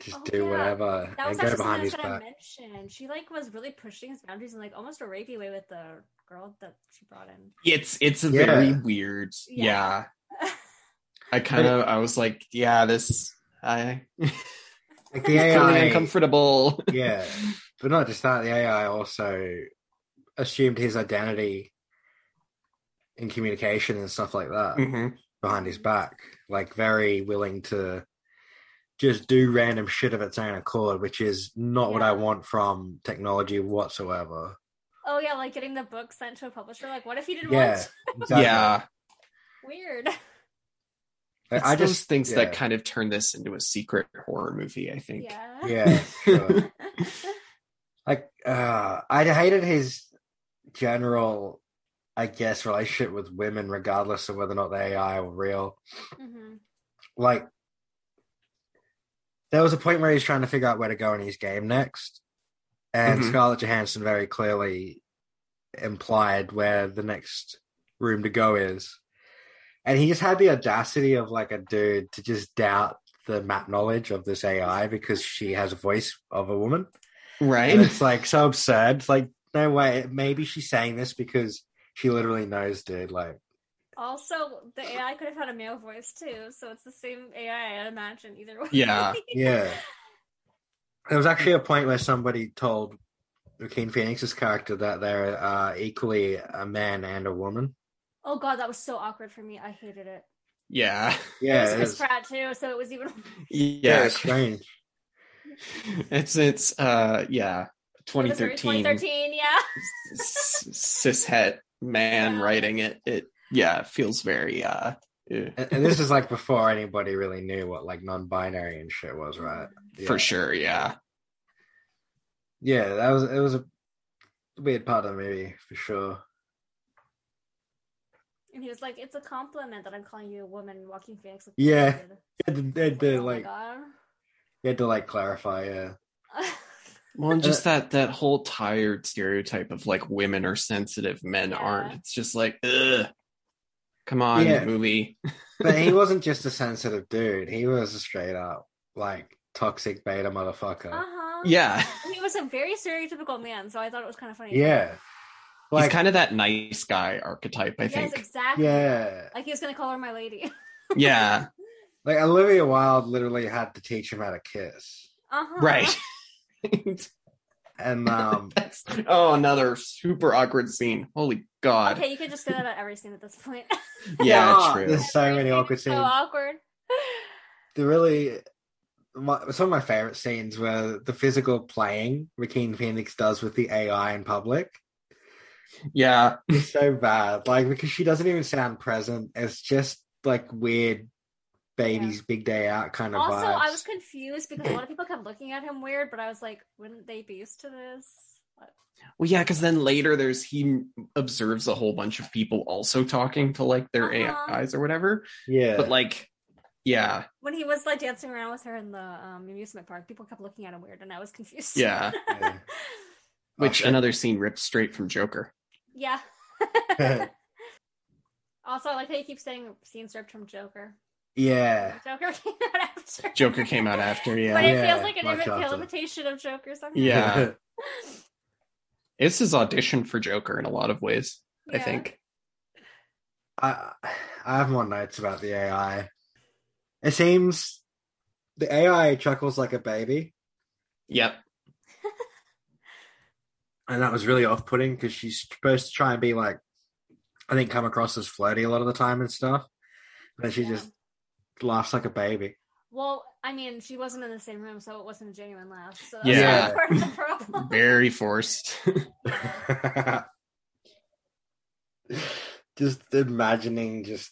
B: just
D: Oh,
B: do
D: yeah.
B: whatever
D: That was
B: and go
D: actually
B: behind
D: something
B: his
D: that I
B: back.
D: mentioned. She like was really pushing his boundaries in like almost a rapey way with the girl that she brought in.
C: it's it's a
B: Yeah.
C: very weird.
D: Yeah.
C: Yeah. I kind of I was like, yeah, this I
B: Like the
C: feeling
B: AI,
C: uncomfortable.
B: yeah, but not just that. The AI also assumed his identity in communication and stuff like that
C: Mhm.
B: behind his back. Like very willing to just do random shit of its own accord, which is not what
D: Yeah.
B: I want from technology whatsoever.
D: Oh yeah, like getting the book sent to a publisher. Like, what if he didn't
B: Yeah,
D: want?
B: exactly.
C: Yeah,
D: To? Weird.
B: Like,
C: I just things
B: yeah.
C: that kind of turn this into a secret horror movie. I think.
D: Yeah. Mm-hmm.
B: yeah. sure. like uh i hated his general i guess relationship with women regardless of whether or not the ai were real
D: hmm
B: like there was a point where he's trying to figure out where to go in his game next and
C: Mhm.
B: scarlett johansson very clearly implied where the next room to go is and he just had the audacity of like a dude to just doubt the map knowledge of this ai because she has a voice of a woman and
C: Right.
B: it's like so absurd. It's like no way. Maybe she's saying this because she literally knows, dude. Like,
D: Also, the AI could have had a male voice too, so it's the same AI. I imagine either way.
C: Yeah.
B: yeah. There was actually a point where somebody told Joaquin Phoenix's character that they're uh, equally a man and a woman.
D: Oh god, that was so awkward for me. I hated it.
C: Yeah.
D: It
B: Yeah,
D: was
B: it
D: Chris
B: is.
D: Pratt too, so it was even.
B: yeah,
C: Yeah.
B: it's strange.
C: It's it's uh yeah.
D: It was very
C: 2013
D: 2013. Yeah.
C: s- cishet man
D: Yeah.
C: writing it. It yeah, it feels very uh eh,
B: And, and this is like before anybody really knew what like non-binary and shit was, right? Yeah.
C: for sure. Yeah.
B: Yeah, that was it was a weird part of the movie for sure.
D: And he was like, "It's a compliment that I'm calling you a woman." Walking Phoenix. looked
B: Yeah.
D: offended. Oh
B: They had to, they had
D: Like,
B: to
D: oh my
B: like
D: God.
B: they had to like clarify. Yeah.
C: Well, and just that that whole tired stereotype of like women are sensitive, men
D: Yeah.
C: aren't. It's just like, ugh. Come on,
B: Yeah.
C: movie.
B: But he wasn't just a sensitive dude. He was a straight up like toxic beta motherfucker.
D: Uh huh.
C: Yeah,
D: He was a very stereotypical man, so I thought it was kind of funny.
B: yeah.
C: he's
B: Like
C: kind of that nice guy archetype. I
D: yes,
C: think.
D: exactly.
B: yeah.
D: Like he was gonna call her my lady.
C: Yeah,
B: Like Olivia Wilde literally had to teach him how to kiss.
D: Uh huh.
C: right.
B: And um
C: That's oh, another super awkward scene. Holy god.
D: Okay, you could just say that about every scene at this point.
C: Yeah, true.
B: there's so many awkward
D: so
B: scenes.
D: awkward.
B: the really my, some of my favorite scenes were the physical playing Rakeen Phoenix does with the AI in public.
C: Yeah,
B: It's so bad, like because she doesn't even sound present. It's just like weird, baby's big day out kind of
D: Also,
B: vibes.
D: I was confused because a lot of people kept looking at him weird, but I was like, wouldn't they be used to this? But-
C: Well, yeah, because then later there's he observes a whole bunch of people also talking to like their
D: Uh-huh.
C: AIs or whatever.
B: yeah,
C: But like, yeah,
D: When he was like dancing around with her in the um, amusement park, people kept looking at him weird, and I was confused.
C: yeah.
B: Yeah.
C: Which
B: Okay.
C: another scene ripped straight from Joker.
D: yeah. also, I like how you keep saying scenes ripped from Joker.
B: yeah,
D: Joker came out after.
C: Joker came out after,
D: But
C: yeah.
D: it
B: Yeah,
D: feels like an
B: much
D: imi-
B: after.
D: imitation of Joker somehow.
C: Yeah. It's his audition for Joker in a lot of ways, I
D: Yeah.
C: think.
B: I I have more notes about the AI. It seems the AI chuckles like a baby,
C: Yep.
B: and that was really off-putting because she's supposed to try and be like, I think, come across as flirty a lot of the time and stuff, but she
D: Yeah.
B: just laughs like a baby.
D: Well, I mean, she wasn't in the same room, so it wasn't a genuine laugh. So that's
C: Yeah.
D: yeah. part of the problem.
C: Very forced.
B: just imagining just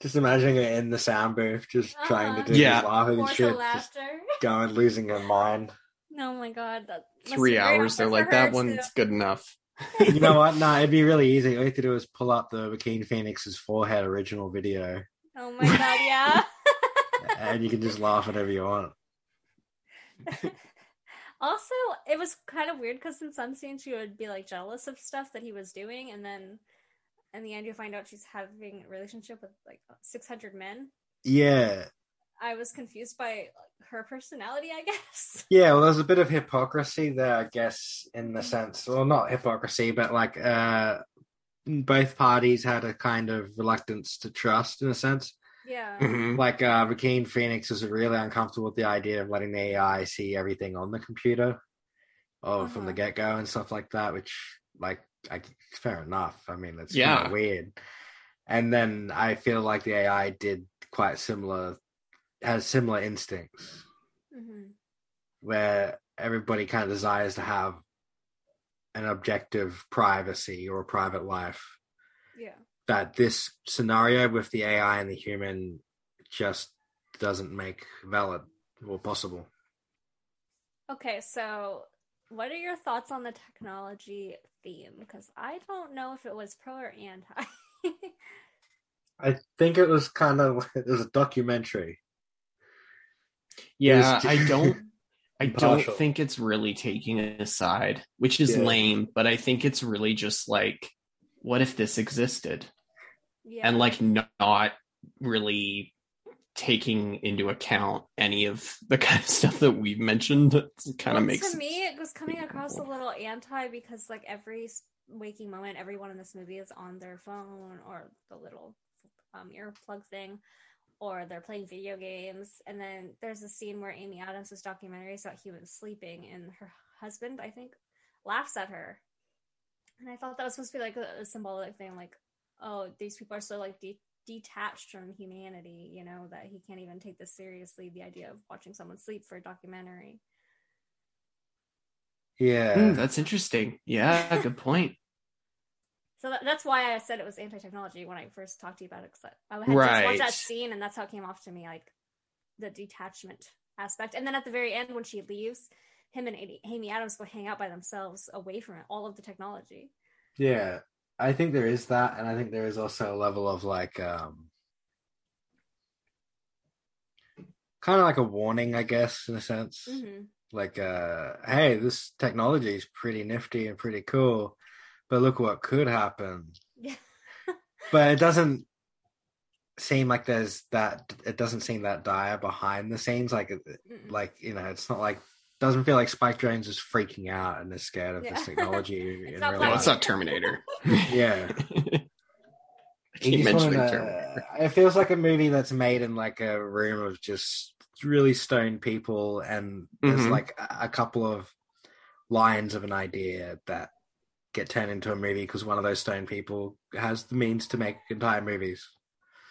B: just imagining her in the sound booth just trying to
D: Uh-huh.
B: do
C: Yeah.
B: this laughing and
D: Force of
B: shit just
D: laughter.
B: going losing her mind
D: Oh my god. That must be
C: Three
D: very
C: hours. They're
D: awkward
C: like,
D: for
C: that
D: her, too.
C: one's good enough.
B: you know what nah it'd be really easy all you have to do is pull up the Joaquin Phoenix's forehead original video
D: Oh my god, yeah.
B: and you can just laugh whatever you want
D: also, it was kind of weird because in some scenes she would be like jealous of stuff that he was doing, and then in the end you find out she's having a relationship with like 600 men.
B: yeah
D: I was confused by like, her personality, I guess.
B: yeah well there's a bit of hypocrisy there I guess in the sense well not hypocrisy but like uh both parties had a kind of reluctance to trust in a sense
D: Yeah.
C: Mhm.
B: like uh Rakeen Phoenix was really uncomfortable with the idea of letting the AI see everything on the computer or from the
D: Uh-huh.
B: get go and stuff like that, which like I it's fair enough. I mean it's
C: Yeah.
B: kind of weird. And then I feel like the AI did quite similar has similar instincts
D: hmm
B: where everybody kind of desires to have an objective privacy or a private life
D: Yeah.
B: that this scenario with the AI and the human just doesn't make valid or possible.
D: Okay, so what are your thoughts on the technology theme? Because I don't know if it was pro or anti.
B: I think it was kind of it was a documentary.
C: Yeah,
B: It was-
C: I don't I don't
B: Impartial.
C: think it's really taking a side, which is
B: Yeah.
C: lame, but I think it's really just like, what if this existed?
D: yeah.
C: And like no- not really taking into account any of the kind of stuff that we've mentioned that kind
D: Well,
C: of makes
D: to me it was coming across a
C: meaningful.
D: little anti because like every s- waking moment everyone in this movie is on their phone or the little um, earplug thing or they're playing video games and then there's a scene where amy adams' documentary is about humans sleeping and her husband i think laughs at her and i thought that was supposed to be like a, a symbolic thing like oh these people are so like de- detached from humanity you know that he can't even take this seriously the idea of watching someone sleep for a documentary
B: Yeah.
C: Hmm, that's interesting. Yeah, good point.
D: So that, that's why I said it was anti-technology when I first talked to you about it. Because I, I had just
C: Right.
D: watched that scene, and that's how it came off to me, like the detachment aspect. And then at the very end, when she leaves, him and Amy- Amy Adams go hang out by themselves, away from it, all of the technology.
B: Yeah. I think there is that and I think there is also a level of like um kind of like a warning, I guess, in a sense.
D: Mm-hmm.
B: like uh hey this technology is pretty nifty and pretty cool but look what could happen
D: Yeah.
B: but it doesn't seem like there's that it doesn't seem that dire behind the scenes like it-
D: Mm-mm.
B: like you know it's not like doesn't feel like spike jones is freaking out and is scared of
D: Yeah.
B: this technology
D: It's
B: in
D: not
B: real
C: Well,
B: life.
C: it's not Terminator.
B: yeah
C: I keep
B: You just
C: mentioning
B: wanna-
C: Terminator.
B: It feels like a movie that's made in like a room of just really stoned people, and there's
C: Mhm.
B: like a a couple of lines of an idea that get turned into a movie because one of those stoned people has the means to make entire movies.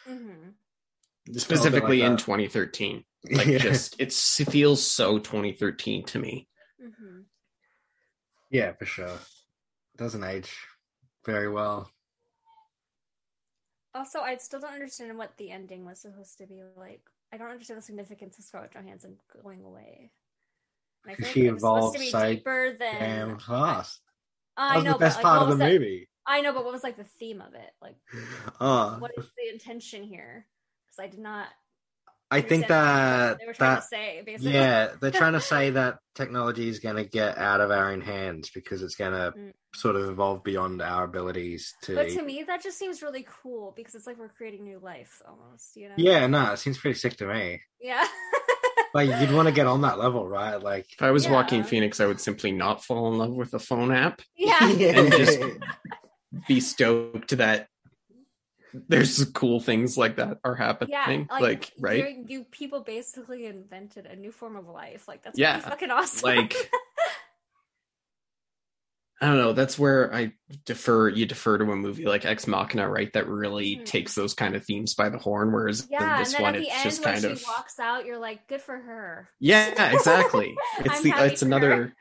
D: Mhm.
B: Just felt a bit
C: Specifically
B: like
C: in
B: that.
C: 2013. Like
B: yeah.
C: just it's, it feels so 2013 to me.
D: Mhm.
B: yeah, for sure. Doesn't age very well.
D: Also, I still don't understand what the ending was supposed to be like. I don't understand the significance of Scarlett Johansson going away. And I feel
B: She
D: it was supposed
B: evolved so
D: deeper than
B: Damn fast. That
D: I
B: was
D: know,
B: the best
D: but, like,
B: part
D: what
B: of the
D: was that-
B: movie.
D: I know, but what was like the theme of it? Like,
B: Oh,
D: what is the intention here? Because I did not.
B: I think
D: understand
B: that
D: what they were trying
B: that
D: to say basically.
B: Yeah, they're trying to say that technology is going to get out of our own hands because it's going to
D: Mm.
B: sort of evolve beyond our abilities to.
D: But to me, that just seems really cool because it's like we're creating new life almost. You know?
B: yeah, no, it seems pretty sick to me.
D: Yeah.
B: Like you'd want to get on that level, right? Like,
C: If I was
D: Yeah.
C: Joaquin Phoenix, I would simply not fall in love with a phone app.
D: Yeah.
C: And just- Be stoked that there's cool things like that are
D: Yeah,
C: happening.
D: like,
C: like right.
D: you're- You people basically invented a new form of life. Like that's
C: Yeah,
D: pretty fucking awesome.
C: like I don't know. That's where I defer. You defer to a movie like Ex Machina, right? That really
D: Mhm.
C: takes those kind of themes by the horn. Whereas
D: yeah,
C: in
D: and
C: this
D: then
C: one,
D: at the
C: it's
D: end
C: just
D: when
C: kind
D: she
C: of
D: walks out, you're like, good for her.
C: yeah, exactly. It's
D: I'm
C: the uh,
D: happy
C: it's
D: for her.
C: another.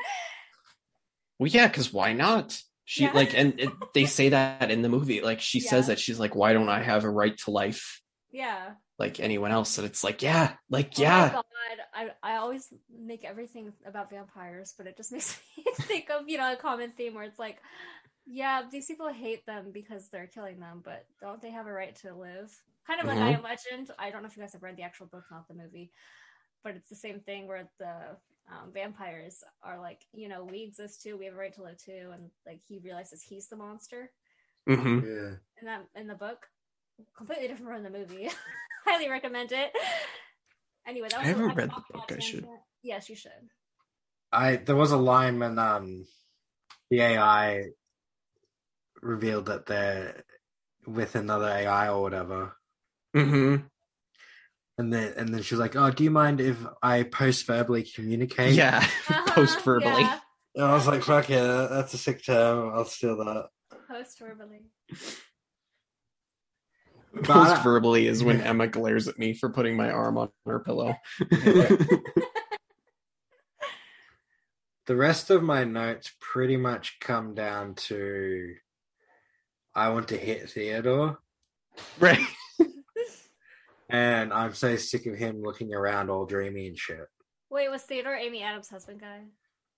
C: Well, yeah, because why not? She
D: Yeah.
C: like, and it, they say that in the movie. Like, she says
D: Yeah.
C: that she's like, "Why don't I have a right to life
D: Yeah.
C: like anyone else?" And it's like, yeah, like
D: Oh my
C: yeah,
D: God, I I always make everything about vampires, but it just makes me think of you know a common theme where it's like, yeah, these people hate them because they're killing them, but don't they have a right to live? Kind of like I
C: Mhm.
D: Am Legend. I don't know if you guys have read the actual book, not the movie, but it's the same thing where the um, vampires are like, you know, we exist too, we have a right to live too, and like he realizes he's the monster
C: hmm
B: yeah.
D: in that in the book. Completely different from the movie. Highly recommend it. Anyway, that
C: I
D: was
C: haven't
D: I
C: read the
D: talked
C: book,
D: about
C: I should.
D: tangent. Yes, you should.
B: I there was a line when um the AI revealed that they're with another AI or whatever.
C: hmm
B: And then, and then she's like, "Oh, do you mind if I post verbally communicate?"
C: yeah,
D: Uh-huh,
C: post verbally.
D: yeah,
B: and I was like, "Fuck yeah, that- that's a sick term. I'll steal that."
D: post verbally.
C: Post verbally is when Emma glares at me for putting my arm on her pillow.
B: the rest of my notes pretty much come down to I want to hit Theodore,
C: right.
B: and I'm so sick of him looking around all dreamy and shit.
D: Wait, was Theodore Amy Adams' husband guy?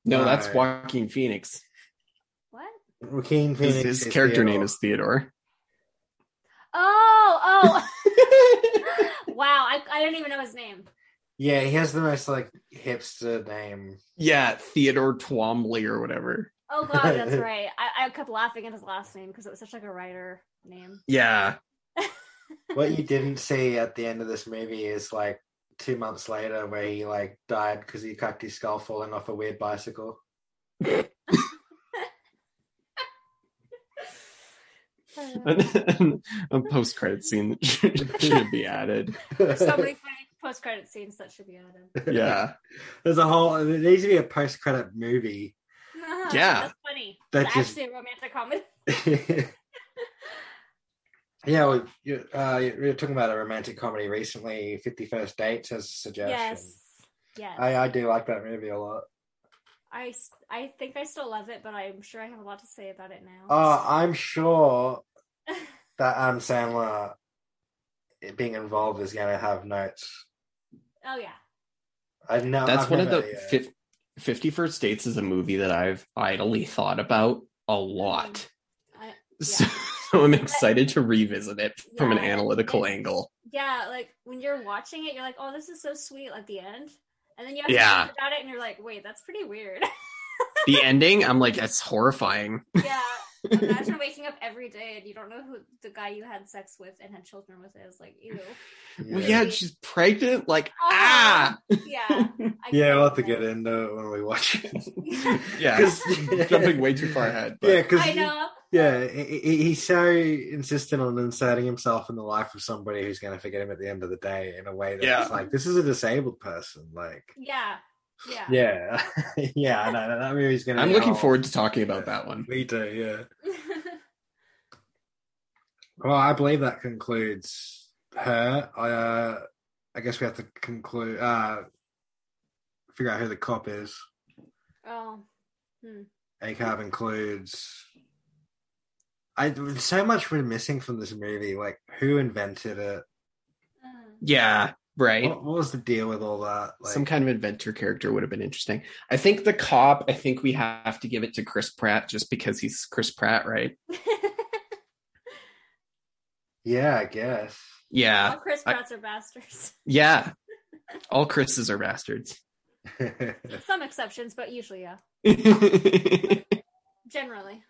C: No, that's
B: Right.
C: Joaquin Phoenix.
D: What?
B: Joaquin
C: His-
B: Phoenix.
C: His, character name is Theodore.
D: Oh, oh. wow, I, I didn't even know his name.
B: Yeah, he has the most like hipster name.
C: Yeah, Theodore Twombly or whatever.
D: Oh god, that's right. I, I kept laughing at his last name because it was such like a writer name.
C: Yeah.
B: What you didn't see at the end of this movie is like two months later where he like died because he cracked his skull falling off a weird bicycle.
D: Uh,
C: a post credit scene that should, should be added.
D: There's Uh, so many funny post credit scenes that should be added.
C: Yeah.
B: There's a whole. There needs to be a post-credit movie.
C: Yeah.
D: that's funny.
B: That
D: That's
B: just-
D: actually a romantic comedy.
B: yeah, well, you, uh, you were talking about a romantic comedy recently. Fifty First Dates as a suggestion.
D: Yes, yes.
B: I, I do like that movie a lot.
D: I, s- I think I still love it, but I'm sure I have a lot to say about it now.
B: Uh, I'm sure that Adam Sandler it being involved is going to have notes.
D: oh yeah,
B: I've no.
C: That's
B: I've
C: one of
B: never-
C: the
B: yeah.
C: fif- 50 First Dates is a movie that I've idly thought about a lot.
D: I,
C: So, so I'm excited to revisit it from an
D: Yeah.
C: analytical angle.
D: yeah. Like when you're watching it, you're like, oh, this is so sweet. Like the end, And then you have to
C: Yeah.
D: think about it and you're like, wait, that's pretty weird.
C: the ending, I'm like, it's horrifying.
D: yeah. Imagine waking up every day and you don't know who the guy you had sex with and had children with is. Like, ew.
C: Well, yeah, she's pregnant. Like,
D: Oh.
C: ah,
D: Yeah. I
B: Yeah,
D: can't
B: we'll have to
D: do
B: get into it when we watch it.
D: that.
C: yeah,
B: 'Cause-
C: jumping way too far ahead.
B: Yeah,
C: But.
B: because
D: I know.
B: yeah, he- he- he's so insistent on inserting himself in the life of somebody who's going to forget him at the end of the day in a way that's
C: Yeah.
B: like this is a disabled person. Like,
D: Yeah. Yeah.
B: yeah, yeah, I know that movie's going. to.
C: I'm looking forward to talking about that one.
B: Me too. Yeah. Well, I believe that concludes her. Uh, I guess we have to conclude. Uh, figure out who the cop is.
D: oh.
B: ACAB includes. I so much we're missing from this movie. Like, who invented it?
D: Uh,
C: Yeah, right.
B: What, what was the deal with all that? Like,
C: Some kind of inventor character would have been interesting. I think the cop. I think we have to give it to Chris Pratt just because he's Chris Pratt, right?
B: yeah, I guess.
C: Yeah,
D: all Chris
C: I-
D: Pratt's are bastards.
C: yeah. All Chris's are bastards.
D: Some exceptions, but usually, yeah. Generally.